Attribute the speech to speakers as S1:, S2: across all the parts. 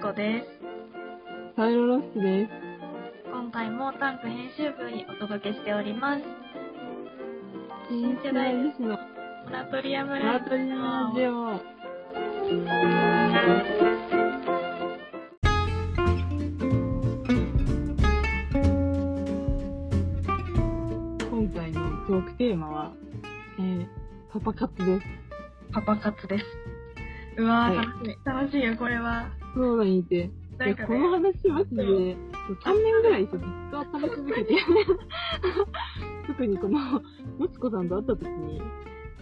S1: 子です。
S2: サイロロスキです。
S1: 今回もタンク編集部にお届けしております。
S2: 新世代女子の
S1: モラトリアムラ
S2: ラ
S1: ジ
S2: トリアジオ。今回のトークテーマは、えー、パパ活です。
S1: オパパ活です。うわー、
S2: はい
S1: 楽しい。楽しいよ、これは。
S2: コロナにいて、
S1: ないん
S2: や
S1: か
S2: この
S1: ね、
S2: 話マジで、3年ぐらいずっと話し続 けて、特にこの、もちこさんと会った時に、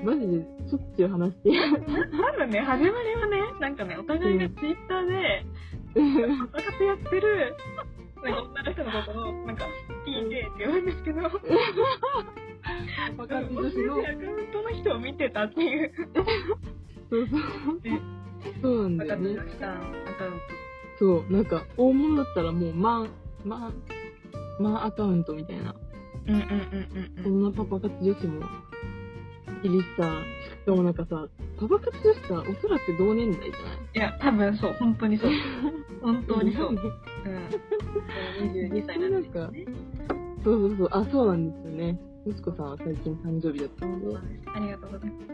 S2: マジでしょっちゅう話して、
S1: 多分ね、始まりはね、なんかね、お互いがツイッターで、パパ活やってる、なんか女の人のことを、なんか、P でって言うんですけど、
S2: パパ
S1: 多
S2: 活
S1: 分
S2: 女
S1: 女
S2: 子の
S1: 子、アカウントの人を見てたっていう。
S2: そうそう
S1: ね。
S2: そうなん
S1: パ
S2: だ
S1: パ
S2: よ
S1: 活
S2: ね
S1: の。人アカウン
S2: そう、なんか、大物だったらもう、マン、マン、マンアカウントみたいな。
S1: ト。うんうんうんうん
S2: そんなパパ活女子も、いるしさ、でもなんかさ、パパ活女子さ、おそらく同年代じゃない
S1: いや、多分そう、本当に そう。本当にそう。うん。
S2: ね
S1: 22歳なんですよね。
S2: そうそうそう、あ、そうなんですよね。息子さんは最近誕生日だったので、
S1: ありがとうございます。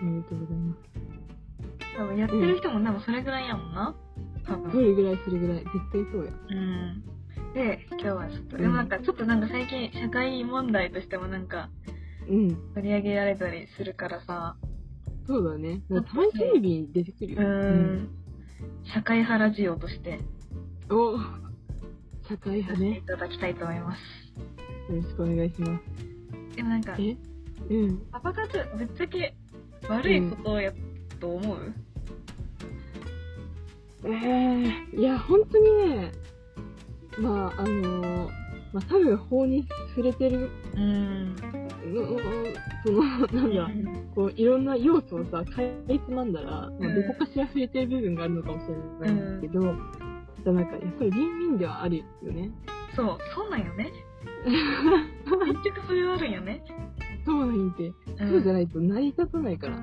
S2: おめでとうございます。
S1: 多分やってる人も多分それぐらいやもんな。多
S2: そ
S1: 分。
S2: れぐらい、それぐらい、絶対そうや。
S1: うん。で、今日はちょっと、でもなんか、ちょっとなんか最近、社会問題としてもなんか、
S2: うん、
S1: 取り上げられたりするからさ、
S2: そうだね。なんかたまにテレビに出てく
S1: う
S2: るよ。
S1: ーん、社会派ラジオとして、
S2: うん。お社会
S1: さ
S2: 派
S1: せて
S2: ね
S1: い。ただきたいと思います。
S2: よろしくお願いします。
S1: でもなんか、
S2: えうん。
S1: パパ活、ぶっちゃけ、悪いことやと思う
S2: えー、いや、本当にね、まあ、あのーまあ、多分法に触れてる
S1: うん。
S2: の、のその、なんだ、こういろんな要素をさかいつまんだら、まあ、どこかしら触れてる部分があるのかもしれないんですけど、じゃなんかやっぱりビンビンではあるよね
S1: そう、そうなんよね。結局それはあるんよね。
S2: そうなんて、
S1: う
S2: そうじゃ
S1: ん、
S2: ないと成り立たないから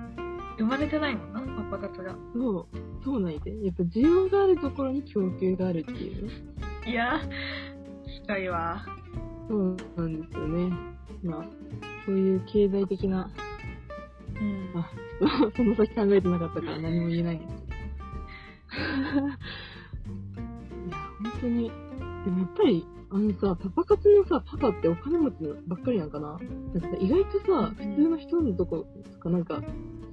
S1: 生まれてないもんな、パパ活が。
S2: そうそうなんてやっぱ需要があるところに供給があるっていうね
S1: いやひどいわ。
S2: そうなんですよねまあそういう経済的な
S1: うん
S2: あ その先考えてなかったから何も言えないんですけどいや本当にでもやっぱりあのさパパ活のさパパってお金持ちばっかりなんかなだってさ意外とさ
S1: うん
S2: 普通の人のとことかなんか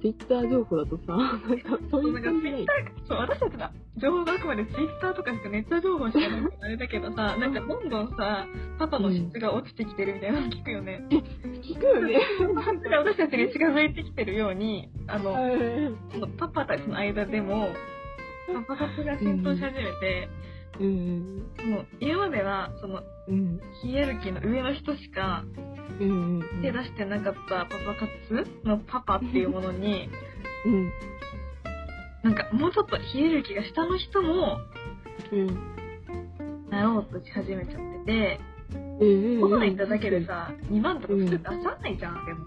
S2: ツイッター情報だとさなん かそうい
S1: な
S2: う
S1: か
S2: ん
S1: ツ
S2: 感じ
S1: イ
S2: な
S1: ッ
S2: い
S1: ター、そう、私たちの情報があくまでツイッターとかしかネット情報しかないからあれだけどさ、なんかどんどんさ、パパの質が落ちてきてるみたいなの聞くよね。
S2: 聞くよね
S1: 本当に私たちに近づいてきてるように、あの、パパたちの間でも、パパ活が浸透し始めて、
S2: うん
S1: その、今までは、その、
S2: うん
S1: ヒエラルキーの上の人しか
S2: うんうん
S1: 手出してなかったパパ活のパパっていうものに、
S2: うん
S1: なんかもうちょっとヒエラルキーが下の人も
S2: うん
S1: なろうとし始めちゃってて、
S2: うん
S1: ご飯行っただけでさ、2万とか普通出さないじゃん、でも。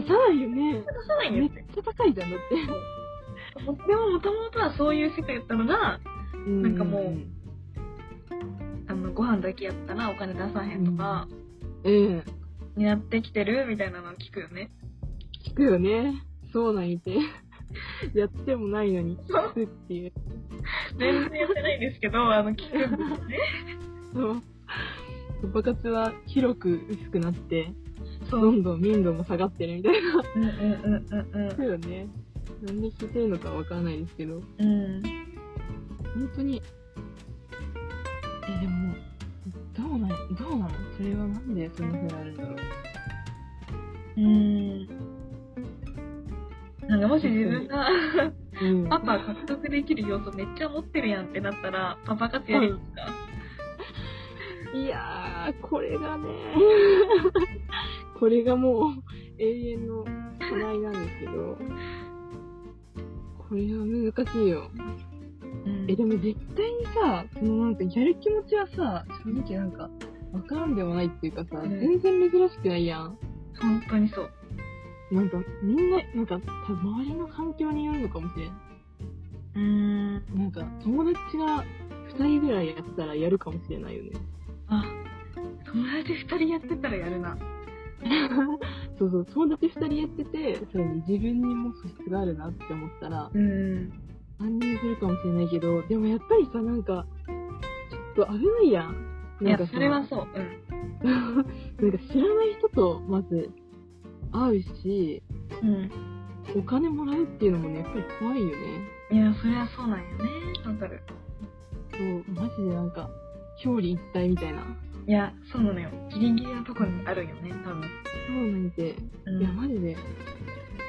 S2: 出さないよね
S1: 出さないん
S2: め
S1: よ
S2: っ
S1: って。
S2: ちゃ高いじゃんだって
S1: でももともとはそういう世界だったのが、
S2: なん
S1: かもうあの、ご飯だけやったらお金出さへんとか、
S2: うん
S1: になってきてるみたいなのを聞くよね。
S2: 聞くよね。 そうなんいて。やってもないのに聞くっていう。
S1: 全然やってないんですけ ど、あの、聞くんですね。
S2: そう。パパ活は広く薄くなって、
S1: そ
S2: ど
S1: う。
S2: んどん民度も下がってるみたいな。
S1: うんうんうんうん
S2: そうよね。なんで聞いてるのかわからないですけど、
S1: うん。うん。
S2: 本当に。え、でも、どうなのどうなのそれはなんでそんな風になるんだろう。
S1: うーんなんかもし自分が
S2: うん
S1: パパ獲得できる要素めっちゃ持ってるやんってなったらパパ活やりますか、
S2: いやー、これがね、これがもう永遠の課題なんですけど、これは難しいよ。
S1: うん
S2: え、でも絶対にさ、そのなんかやる気持ちはさ、正直なんか、わからんでもないっていうかさ、
S1: うん
S2: 全然珍しくないやん。
S1: 本当にそう
S2: なんか、みんな、なんか、多分周りの環境によるのかもしれん。
S1: うーん
S2: なんか、友達が2人ぐらいやったらやるかもしれないよね。
S1: あ、友達二人やってたらやるな。
S2: そうそう、友達2人やってて、それに自分にも素質があるなって思ったら、
S1: うん。
S2: 安入するかもしれないけど、でもやっぱりさ、なんか、ちょっと危ないやん。
S1: い
S2: なん
S1: や
S2: か、さ
S1: それはそう。うん。
S2: なんか知らない人とまず会うし、
S1: うん。
S2: お金もらうっていうのもね、やっぱり怖いよね。
S1: いや、それはそうなんよね。わかる。
S2: そう、マジでなんか、表裏一体みたいな。
S1: いや、そうなのよ。ギリギリのとこにあるよね、多分。
S2: そうなんて、
S1: うん。
S2: いや、マジで。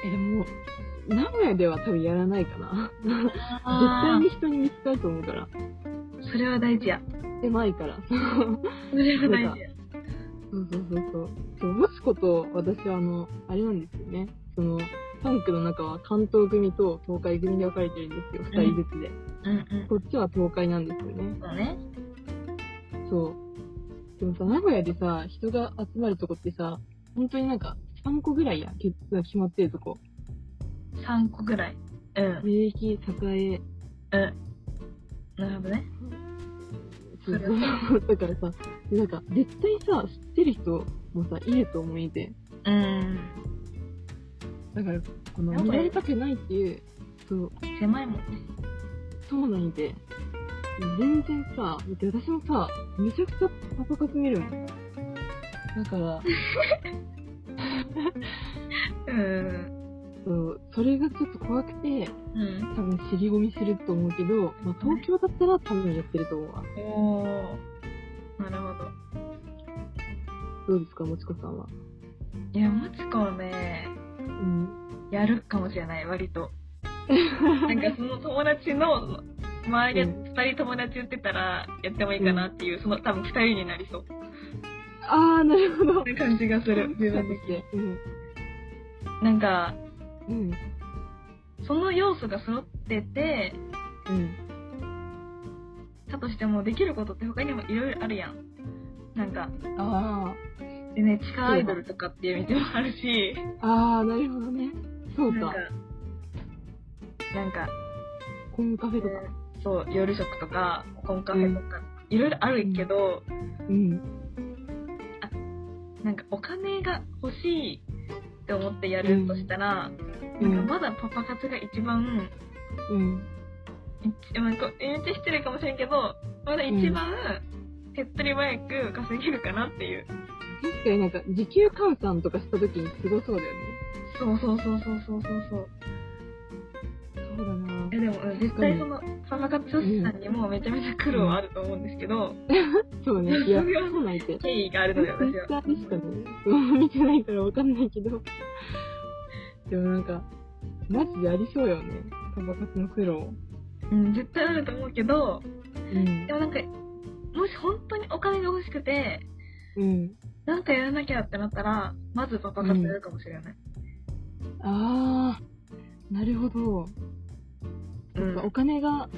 S2: え、でも、名古屋では多分やらないかな。絶対
S1: あ
S2: に人に見つかると思うから。
S1: ーそれは大事や。
S2: 狭いから。
S1: それは大事や。
S2: そうそうそうそう。そう、もしこと、私はあの、あれなんですよね。その、タンクの中は関東組と東海組で分かれてるんですよ。二人ずつで。
S1: うんうん。
S2: こっちは東海なんですよね。
S1: そうね。
S2: そう。でもさ、名古屋でさ、人が集まるとこってさ、本当になんか、3個ぐらいや、決が決まってるとこ。
S1: 3個ぐらい。うん。
S2: 名駅、栄、
S1: うん。なるほどね。
S2: そうそうそう。だからさ、なんか、絶対さ、知ってる人もさ、いると思えて。
S1: うん。
S2: だから、この、見られたくないっていう、そう、
S1: 狭いもんね。
S2: そうなんで、全然さ、だって私もさ、めちゃくちゃパソコン見るもん。だから、
S1: うん。
S2: そう、それがちょっと怖くて、
S1: うん。
S2: 多分尻込みすると思うけど、まあ、東京だったら多分やってると思うわ。
S1: おー。なるほど。
S2: どうですか、もちこさんは。
S1: いや、もちこはね、
S2: うん。
S1: やるかもしれない、割 と。なんかその友達の周りで
S2: う
S1: 2人友達言ってたらやってもいいかなっていう、その多分2人になりそう
S2: あー、なるほ ど。
S1: な感じがする、自分的に。
S2: て。うん。
S1: なんか、
S2: うん。
S1: その要素が揃ってて、
S2: うん。
S1: だとしてもできることって他にもいろいろあるやん。なんか、
S2: あ
S1: でね、地下アイドルとかっていう道もあるし、
S2: ー、あー、なるほどね。そう
S1: なん
S2: か
S1: か。、なんか、
S2: コンカフェとか。
S1: そう、夜食とか、コンカフェとか、いろいろあるけど、
S2: うん。
S1: なんかお金が欲しいって思ってやるとしたら、
S2: う
S1: なん
S2: ん。
S1: かまだパパ活が一番、
S2: うん。
S1: 一まあこう言っちゃ失礼かもしれんけど、まだ一番手っ取り早く稼げるかなっていう。
S2: 確かになんか、時給換算とかした時にすごそうだよね。
S1: そうそうそうそうそうそうそう。
S2: そうだな
S1: えでもうん絶対そのパパ活女子さんにもめちゃめちゃ苦労はあると思うんですけど、
S2: そう ね。いや、
S1: それは
S2: そうなんて。
S1: 敬意がある
S2: ツ
S1: の
S2: イ
S1: で私は
S2: ッ。ターでしかね、うん見てないからわかんないけど。でもなんか、マジでありそうよね。パパ活の苦労。
S1: うん絶対あると思うけど、
S2: うん
S1: で。もなんかもし本当にお金が欲しくて。
S2: うん。
S1: なんかやらなきゃってなったら、まずパパ活やるかもしれない。
S2: あー、なるほど。
S1: うん。
S2: お金が、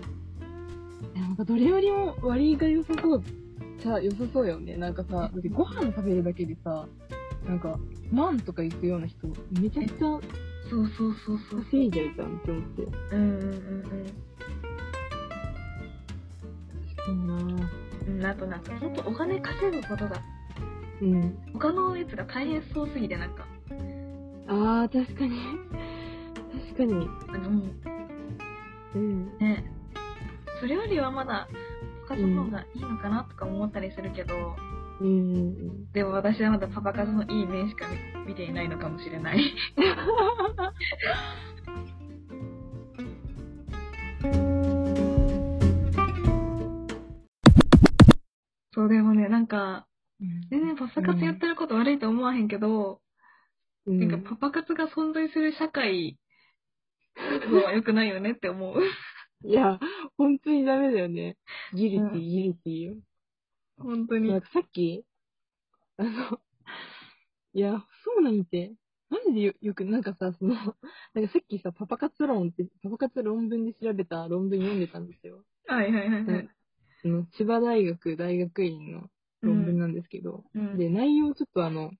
S2: いやなんかどれよりも割が良さそうじゃ良さそうよね。なんかさ、だってご飯食べるだけでさ、なんか、万とか行くような人、めちゃくちゃ
S1: そうそうそうそう。
S2: 稼いじゃうじゃんって思って。
S1: うんうん
S2: うんな
S1: うんうん。あとなんか、ほんとお金稼ぐことが、
S2: うん。
S1: 他のやつが大変そうすぎて、なんか、
S2: あー、確かに。確かに。
S1: あの、も
S2: うん。
S1: うね、それよりはまだ、パパ活の方がいいのかなとか思ったりするけど、
S2: うん。
S1: でも私はまだパパ活のいい面しか見見ていないのかもしれ ない。そうでもね、なんか、全然パパ活やってること悪いと思わへんけど、
S2: うん
S1: なんかパパ活が存在する社会のは良くないよねって 思う。
S2: いや、本当にダメだよね。ギリティ
S1: うん、
S2: ギリティよ。
S1: 本当
S2: いや
S1: に。
S2: さっき、あの、いや、そうなんて、マジでよよく、なんかさ、その、なんかさっきさ、パパ活論って、パパ活論文で調べた論文読んでたんですよ。
S1: はいはいはいはい。
S2: あの千葉大学大学院の論文なんですけど、
S1: うん
S2: で、内容ちょっとあの、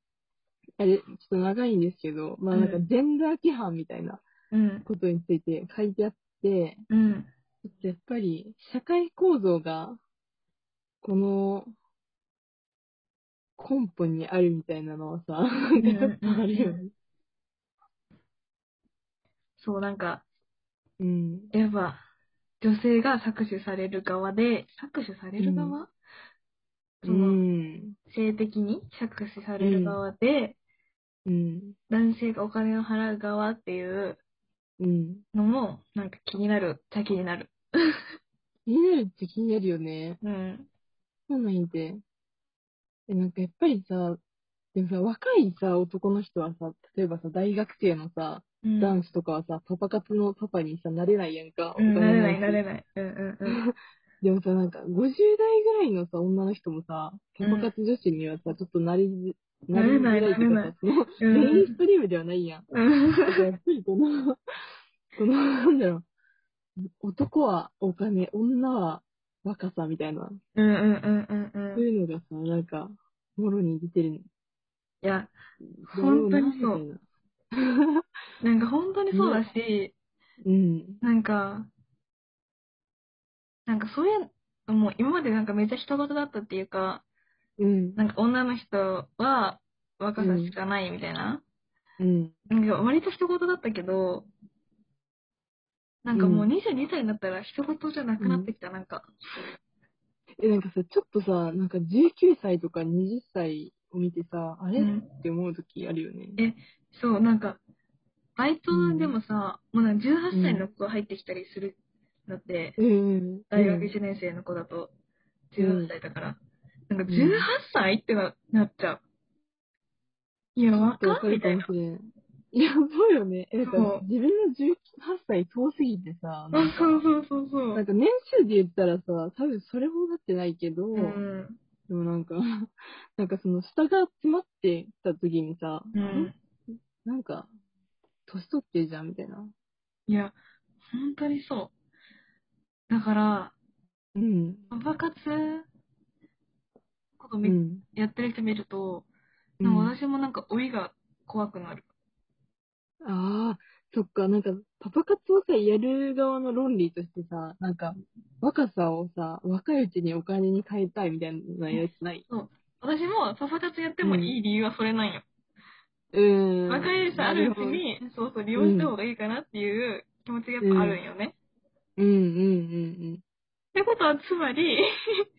S2: あれ、ちょっと長いんですけど、まあなんか
S1: うん
S2: ジェンダー規範みたいな
S1: うん。
S2: ことについて書いてあって、
S1: うん。
S2: ちょっとやっぱり、社会構造が、この、根本にあるみたいなのはさ、なんかちょっとあるよね。
S1: そう、なんか、
S2: うん。
S1: やっぱ、女性が搾取される側で、搾取される側、
S2: う
S1: その、
S2: ん。
S1: 性的に搾取される側で、
S2: うん。
S1: 男性がお金を払う側っていう
S2: うん。
S1: のも、なんか気になるっちゃ気になる。
S2: 気になるって気になるよね。
S1: うん。
S2: そうなんで。で、なんかやっぱりさ、でもさ、若いさ、男の人はさ、例えばさ、大学生のさ、
S1: うん、
S2: 男子とかはさ、パパ活のパパにさ、なれないやんか。
S1: うん、
S2: お
S1: な
S2: 金
S1: れな
S2: 持ち
S1: い、なれない。うんうんうん。
S2: でもさ、なんか、50代ぐらいのさ、女の人もさ、パパ活女子にはさ、ちょっとなりづ、
S1: なれない
S2: りづらいっていうかさ、その、
S1: なれ ない
S2: メインストリームではないやん。
S1: うん
S2: だからやっぱりこの、 この、なんだろう、男はお金、女は若さみたいな、
S1: うんうんうんうん
S2: そう
S1: うん。い
S2: いうのがさ、なんか、もろに出てる。
S1: や、本当にそう
S2: だろうなみたいな。
S1: なんか本当にそうだし、
S2: うん。
S1: なんか、なんかそういうのも今までなんかめっちゃ人事だったっていうか、
S2: うん。
S1: なんか女の人は若さしかないみたいな、
S2: うん。
S1: なんか割と人事だったけど、なんかもう22歳になったら人事じゃなくなってきた、なんか。
S2: え、なんかさ、ちょっとさ、なんか19歳とか20歳を見てさ、あれ、
S1: うん
S2: って思う時あるよね。
S1: えそう、なんか、バイトでもさ、もうなんか18歳の子が入ってきたりするのって、
S2: うん。
S1: 大学1年生の子だと18歳だから、なんか18歳ってななっちゃう。いや、わ
S2: ってわ
S1: か
S2: か
S1: んみ
S2: る
S1: た
S2: か
S1: い
S2: も
S1: な
S2: し。れん。いや、そうよね。え、なんか
S1: そう
S2: 自分の18歳遠すぎてさ、なん
S1: あ
S2: か
S1: そうそうそうそ
S2: なん
S1: う。
S2: か年数で言ったらさ、多分それほどなってないけど、
S1: うん。
S2: でもなんか、 なんかその下が詰まってきた時にさ、
S1: う
S2: あれ
S1: ん。
S2: なんか、年取ってるじゃんみたいな。
S1: いや、本当にそう。だから、
S2: うん。
S1: パパ活こと
S2: う
S1: め、
S2: ん。
S1: やってる人見ると、
S2: う
S1: なん
S2: ん、
S1: か
S2: あ
S1: 私もなんか老いが怖くなる。
S2: あー、そっか、なんか、パパ活をさ、やる側の論理としてさ、なんか、若さをさ、若いうちにお金に変えたいみたいなやつない
S1: 私もパパ活やってもいい理由はそれなんよ。
S2: うーん。
S1: 若い人あるうちに、そうそう、利用した方がいいかなっていう気持ちがやっぱあるんよね。
S2: うんうん
S1: ってことは、つま り、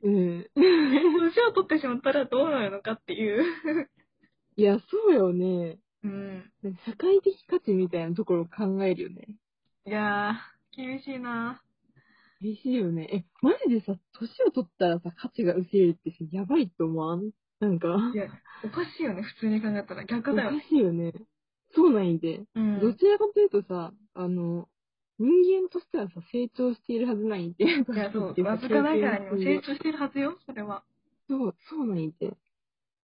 S2: うんうん。うん。
S1: 年を取ってしまったらどうなるのかっていう。
S2: いや、そうよね。
S1: うん。
S2: 社会的価値みたいなところを考えるよね。
S1: いやー、厳しいな
S2: 嬉しいよね。え、マジでさ、年を取ったらさ、価値が薄れるってさ、やばいと思わんなんか、
S1: いや、おかしいよね、普通に考えたら。逆
S2: お
S1: だ
S2: か
S1: よね。
S2: しいよね。そうなんやで。
S1: うん。
S2: どちらかというとさ、あの、人間としてはさ、成長しているはずないんで。い
S1: いや、 そう、わずかないからにも成長してるはずよ、それは。
S2: そう、そうなんやて。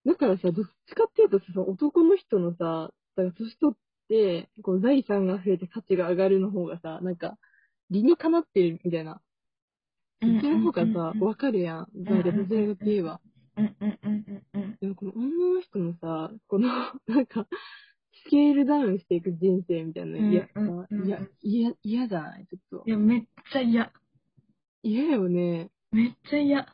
S2: だからさ、どっちかっていうとさ、男の人のさ、だから年取って、こう財産が増えて価値が上がるの方がさ、なんか、理にかなってるみたいな。そっちの方がさ、わかるやん。なんか、どちらかといえば。
S1: うんうんうんうんうん。
S2: でもこの女の人のさ、この、 なんか、スケールダウンしていく人生みたいな、いや、
S1: うんうんうん
S2: いや、いや、嫌じゃないちょっと
S1: い。や、めっちゃ嫌。
S2: 嫌よね。
S1: めっちゃ嫌。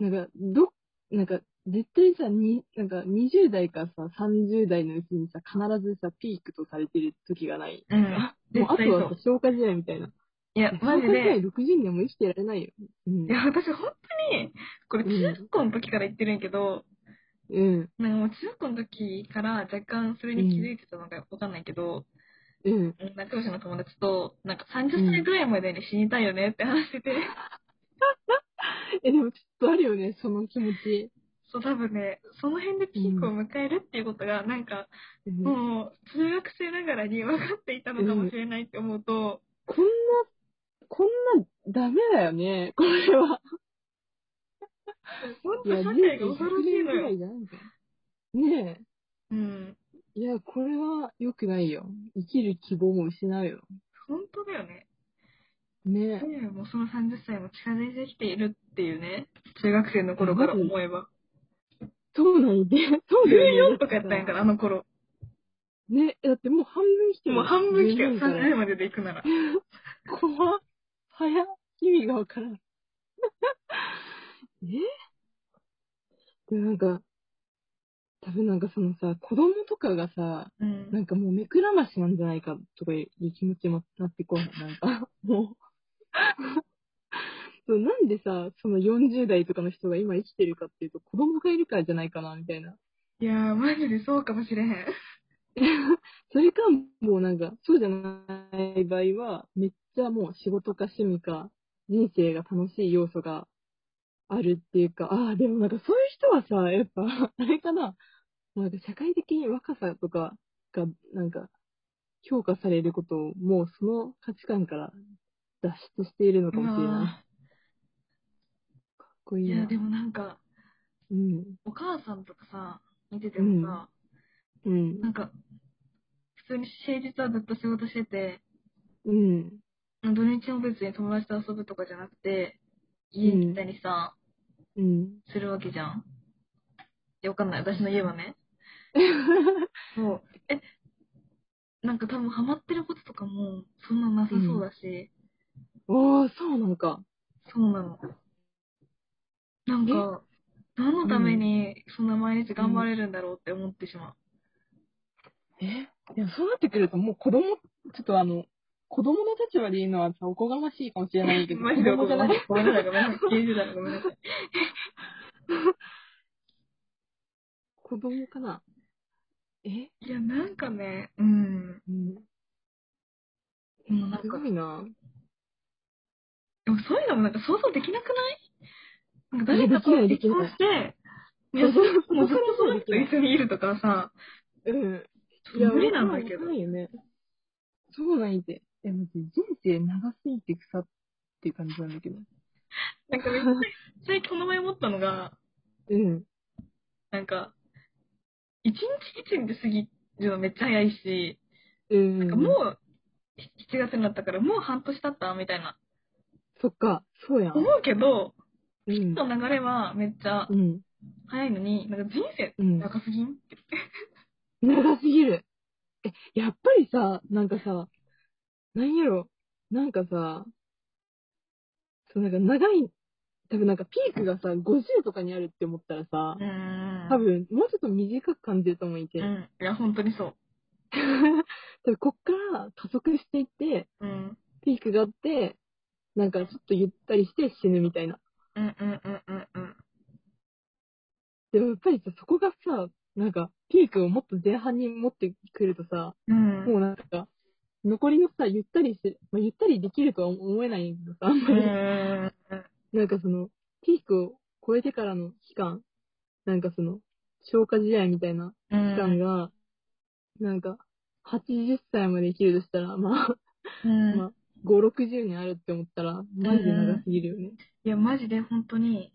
S2: なんか、ど、なんか、絶対さ、に、なんか、20代からさ、30代のうちにさ、必ずさ、ピークとされてる時がない。
S1: うん
S2: もうあ
S1: 絶対
S2: と
S1: そ
S2: はさ
S1: う。、
S2: 消化試合みたいな。
S1: いや、マジ
S2: 消化試合
S1: で。い
S2: 60年も生きてられないよ。うん。
S1: や、私本当に、これ中学校の時から言ってるんやけど、
S2: うん。
S1: なんかもう中学校の時から若干それに気づいてたのかわかんないけど、
S2: うん。
S1: うん、仲良しの友達と、なんか30歳ぐらいまでに死にたいよねって話してて、
S2: え、でもちょっとあるよね、その気持ち。
S1: そう多分ね、その辺でピークを迎えるっていうことが、なんか
S2: うん
S1: もう中学生ながらに分かっていたのかもしれないって思うと、
S2: こんな、こんな、ダメだよね、これは。
S1: 本当社会が恐ろしいのよ。
S2: いじゃないか。ね
S1: う
S2: え。
S1: ん。
S2: いや、これは良くないよ。生きる希望も失うよ。
S1: 本当だよね。
S2: ねえ。
S1: ねえもうその30歳も近づいてきているっていうね、中学生の頃から思えば。
S2: そうなんで。そうだよね。
S1: 14とかやったんやから、あの頃。
S2: ねえ、だってもう半分来てる
S1: もう半分来て
S2: 十
S1: る、
S2: 分から
S1: 30までで行くなら。
S2: 怖っ。早っ意味がわからん。えでもなんか、多分なんかそのさ、子供とかがさ、
S1: うん
S2: なんかもう目くらましなんじゃないかとかいう気持ちもなってこうなんか、もう。そうなんでさ、その40代とかの人が今生きてるかっていうと、子供がいるからじゃないかな、みたいな。
S1: いやー、マジでそうかもしれへん。
S2: それか、もうなんか、そうじゃない場合は、めっちゃもう仕事か趣味か、人生が楽しい要素があるっていうか、ああ、でもなんかそういう人はさ、やっぱ、 あれかな、なんか社会的に若さとかが、なんか、評価されることを、もうその価値観から脱出しているのかもしれない。かっこい
S1: い
S2: いな。
S1: や、でもなんか、
S2: うん。
S1: お母さんとかさ、見ててもさ、
S2: うん。
S1: なんか、普通に平日はずっと仕事してて、
S2: うん。
S1: 土日も別に友達と遊ぶとかじゃなくて、家に行ったりさ、
S2: うん。
S1: するわけじゃん。いや、わかんない。私の家はね。そう。え、なんか多分ハマってることとかも、そんななさそうだし、
S2: おー、そうなんか。
S1: そうなの。なんか、何のためにそんな毎日頑張れるんだろうって思ってしまう。
S2: えでもそうなってくると、もう子供、ちょっとあの、子供の立場で言うのはさ、おこがましいかもしれない けど、
S1: マジで
S2: 子供じゃない。
S1: ごめんなさい、ごめんなさい。90代のごめんなさい。
S2: 子供かな。え
S1: いや、なんかね、うん。
S2: うん。
S1: でもなん
S2: す
S1: か
S2: ご、いな。
S1: でもそういうのもなんか想像できなくないなんか誰かと
S2: で
S1: 結
S2: きな
S1: 婚
S2: いで
S1: して、 いや、
S2: そうそう
S1: もうずっとその人と一緒にいるとかさ、
S2: うん。
S1: ちょっと無理なんだけど
S2: わか。んないよね。そうなんて。え、待って、人生長すぎて腐って感じなんだけど。
S1: なんかめっちゃ、最近この前思ったのが、
S2: うん。
S1: なんか、一日一日で過ぎるのめっちゃ早いし、
S2: うん。
S1: なんかもう、7月になったからもう半年経ったみたいな。
S2: そっか、そうやん
S1: 思。うけど、
S2: うん。
S1: の流れはめっちゃ
S2: うん。
S1: 早いのに、なんか人生
S2: うん。
S1: 長すぎんって。
S2: 長すぎる。え、やっぱりさ、なんかさ、なんやろ、なんかさ、そうなんか長い、多分なんかピークがさ、50とかにあるって思ったらさ
S1: う、ん。
S2: 多分もうちょっと短く感じると思うけ
S1: う
S2: ど、
S1: ん。いや、本当にそ
S2: 多分こっから加速していって、
S1: う。うん。
S2: ピークがあって、なんかちょっとゆったりして死ぬみたいな。
S1: うんうんうんうんうん。
S2: でもやっぱりさ、そこがさ、なんかピークをもっと前半に持ってくるとさ、
S1: うん。
S2: もうなんか、残りのさ、ゆったりして、まあ、ゆったりできるとは思えないんだけどさ、あんま
S1: う
S2: り。
S1: ん。
S2: なんかその、ピークを超えてからの期間、なんかその、消化試合みたいな
S1: う
S2: 期間
S1: ん。
S2: が、なんか、80歳まで生きるとしたら、まあ、
S1: うん
S2: まあ、5、60年あるって思ったら、マジで長すぎるよね。
S1: いや、マジで本当に、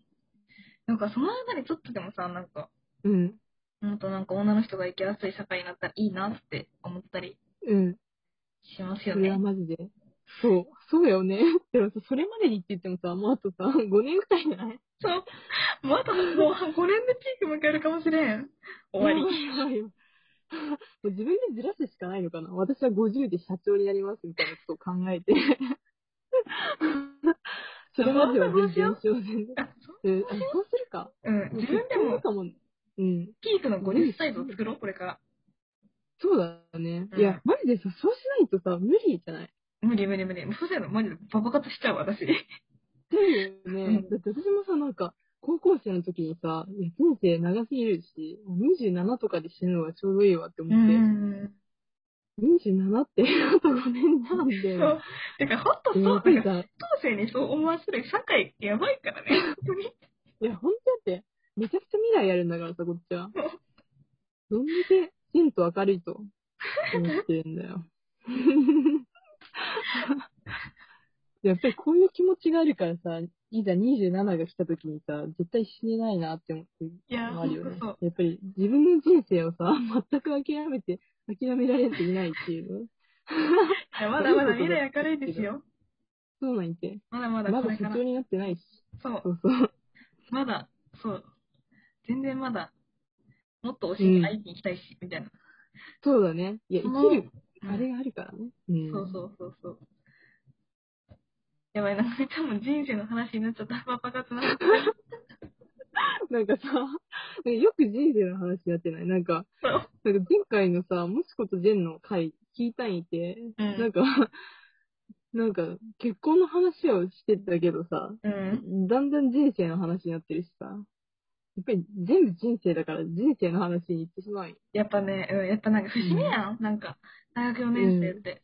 S1: なんかその間にちょっとでもさ、なんか、
S2: うん。
S1: もっとなんか女の人が生きやすい社会になったらいいなって思ったり
S2: うん。
S1: しますよ
S2: そ れは
S1: ね。
S2: マジで。そう。そうよね。 でもさ、それまでにって言ってもさ、もうあとさ、5年くらいじゃない
S1: そう。もうあともう5年でピーク迎えるかもしれん。終わり。
S2: やばいやばいもう 自分でずらすしかないのかな。私は50で社長になりますみたいなことを考 えて。それまでは全然全然。
S1: あそう
S2: うんあそうするか。
S1: うん。自分でも
S2: かも。うん。
S1: ピークの50歳を作ろう、これから。
S2: そうだね。
S1: うん
S2: いや、マジでさ、そうしないとさ、無理じゃない
S1: 無理無理無理。もうそうしたらマジでババカとしちゃう、私。
S2: 無理よね
S1: うん。
S2: だって私もさ、なんか、高校生の時にさ、いや人生長すぎるし、もう27とかで死ぬのがちょうどいいわって思って、
S1: ん。
S2: 27って あと5年なんで、
S1: そう。てか、ほんとそう、
S2: え
S1: な
S2: や
S1: んか
S2: っぱりさ、
S1: 後世にそう思わせる社会やばいからね。 本当に。
S2: いや、ほんとだって、めちゃくちゃ未来やるんだからさ、こっ ちは
S1: そう。
S2: どんだけ、きちんと明るいと、思ってるん だよ。やっぱりこういう気持ちがあるからさ、いざ27が来た時にさ、絶対死ねないなって思ってる
S1: いや、
S2: の
S1: ほ
S2: あ
S1: ん
S2: る
S1: と
S2: よね
S1: そう。。
S2: やっぱり自分の人生をさ、全く諦めて、諦められていないっていうね。
S1: いやまだまだ未来明るいですよ。
S2: そうなんて。
S1: まだまだ
S2: ま
S1: こ
S2: だ
S1: れか
S2: 社
S1: ら
S2: 長。になってないし。
S1: そう
S2: そ。うそう。
S1: まだ、そう。全然まだ、もっと推しに会いに行きたいし、みたいな。
S2: そうだね。いや、
S1: そ
S2: 生
S1: の
S2: きる、
S1: うん
S2: あれがあるからね。うん。
S1: そうそうそうそう。やばい、なんか多分人生の話になっちゃった。パパ活な。
S2: なんかさ、なんかよく人生の話やってないなんか、
S1: そう
S2: なんか前回のさ、もしことジェンの回聞いたんいて、
S1: うん
S2: なんか、 なんか結婚の話をしてたけどさ、
S1: うん。
S2: だんだん人生の話になってるしさ、やっぱり全部人生だから人生の話に行ってしまうんよ
S1: やっぱね、うん、やっぱなんか節目やん。なんか、大学4年生って。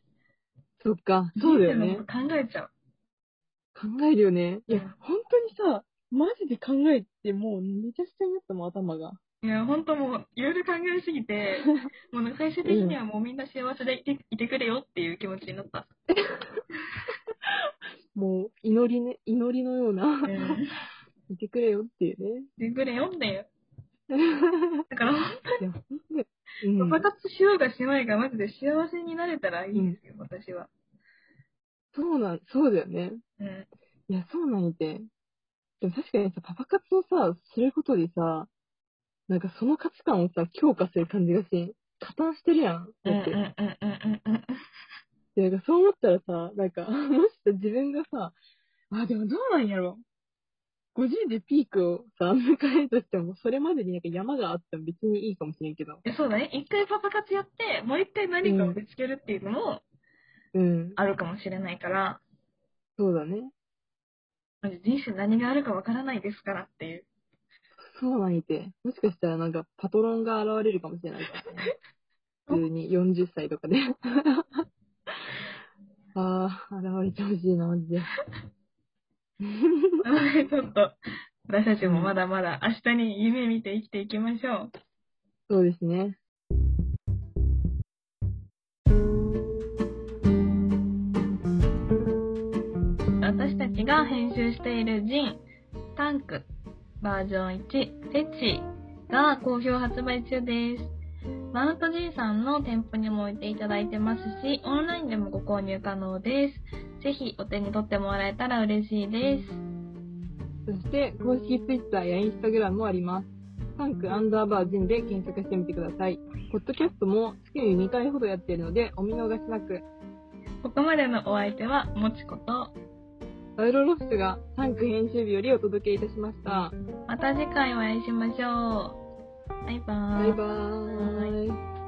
S2: そっか、そうだよね
S1: 人。生のこと考えちゃう。
S2: 考えるよね。いや
S1: うん、
S2: 本当にさ、マジで考えてもうめちゃくちゃになったもん、頭が。
S1: いや、ほんともう、いろいろ考えすぎて、もうなんか最終的にはもうみんな幸せでいていてくれよっていう気持ちにな った。
S2: もう祈りね、祈りのような、
S1: うん。
S2: いてくれよっていうね。
S1: いてくれよっていう。だから、
S2: いや、本当に。うん
S1: パパ活しようがしまいが、マジで幸せになれたらいいんですよ、私は。
S2: そうなん、そうだよね。
S1: うん。
S2: いや、そうなんやて。でも確かにさ、パパ活をさ、することでさ、なんかその価値観をさ、強化する感じがしん。加担してるやん。
S1: うんう
S2: だ
S1: ん
S2: って。
S1: うんうんうんうん。
S2: で、なんかそう思ったらさ、なんか、 もしさ、自分がさ、あ、でもどうなんやろ。50でピークをさ、迎えるとしても、それまでになんか山があっても別にいいかもしれんけど。
S1: えそうだね。一回パパ活やって、もう一回何かを見つけるっていうのも
S2: うん。
S1: あるかもしれないから、
S2: そうだね。
S1: マジ人生何があるかわからないですからっていう。
S2: そうなんやて。もしかしたらなんか、パトロンが現れるかもしれないからね。普通に40歳とかで。ああ、現れてほしいな、マジで。
S1: なので、ちょっと、私たちもまだまだ明日に夢見て生きていきましょう。
S2: そうですね。
S1: 私たちが編集しているジン、タンク、バージョン1、フェチが好評発売中です。マウントジンさんの店舗にも置いていただいてますし、オンラインでもご購入可能です。ぜひお手に取ってもらえたら嬉しいです。
S2: そして、公式 Twitter や Instagram もあります。タンクアンダーバージンで検索してみてください。ポッドキャストも月に2回ほどやっているので、お見逃しなく。
S1: ここまでのお相手は、もちこと。
S2: パウロロスがタンク編集日よりお届けいたしました。
S1: また次回お会いしましょう。バイバー
S2: バイバーイ。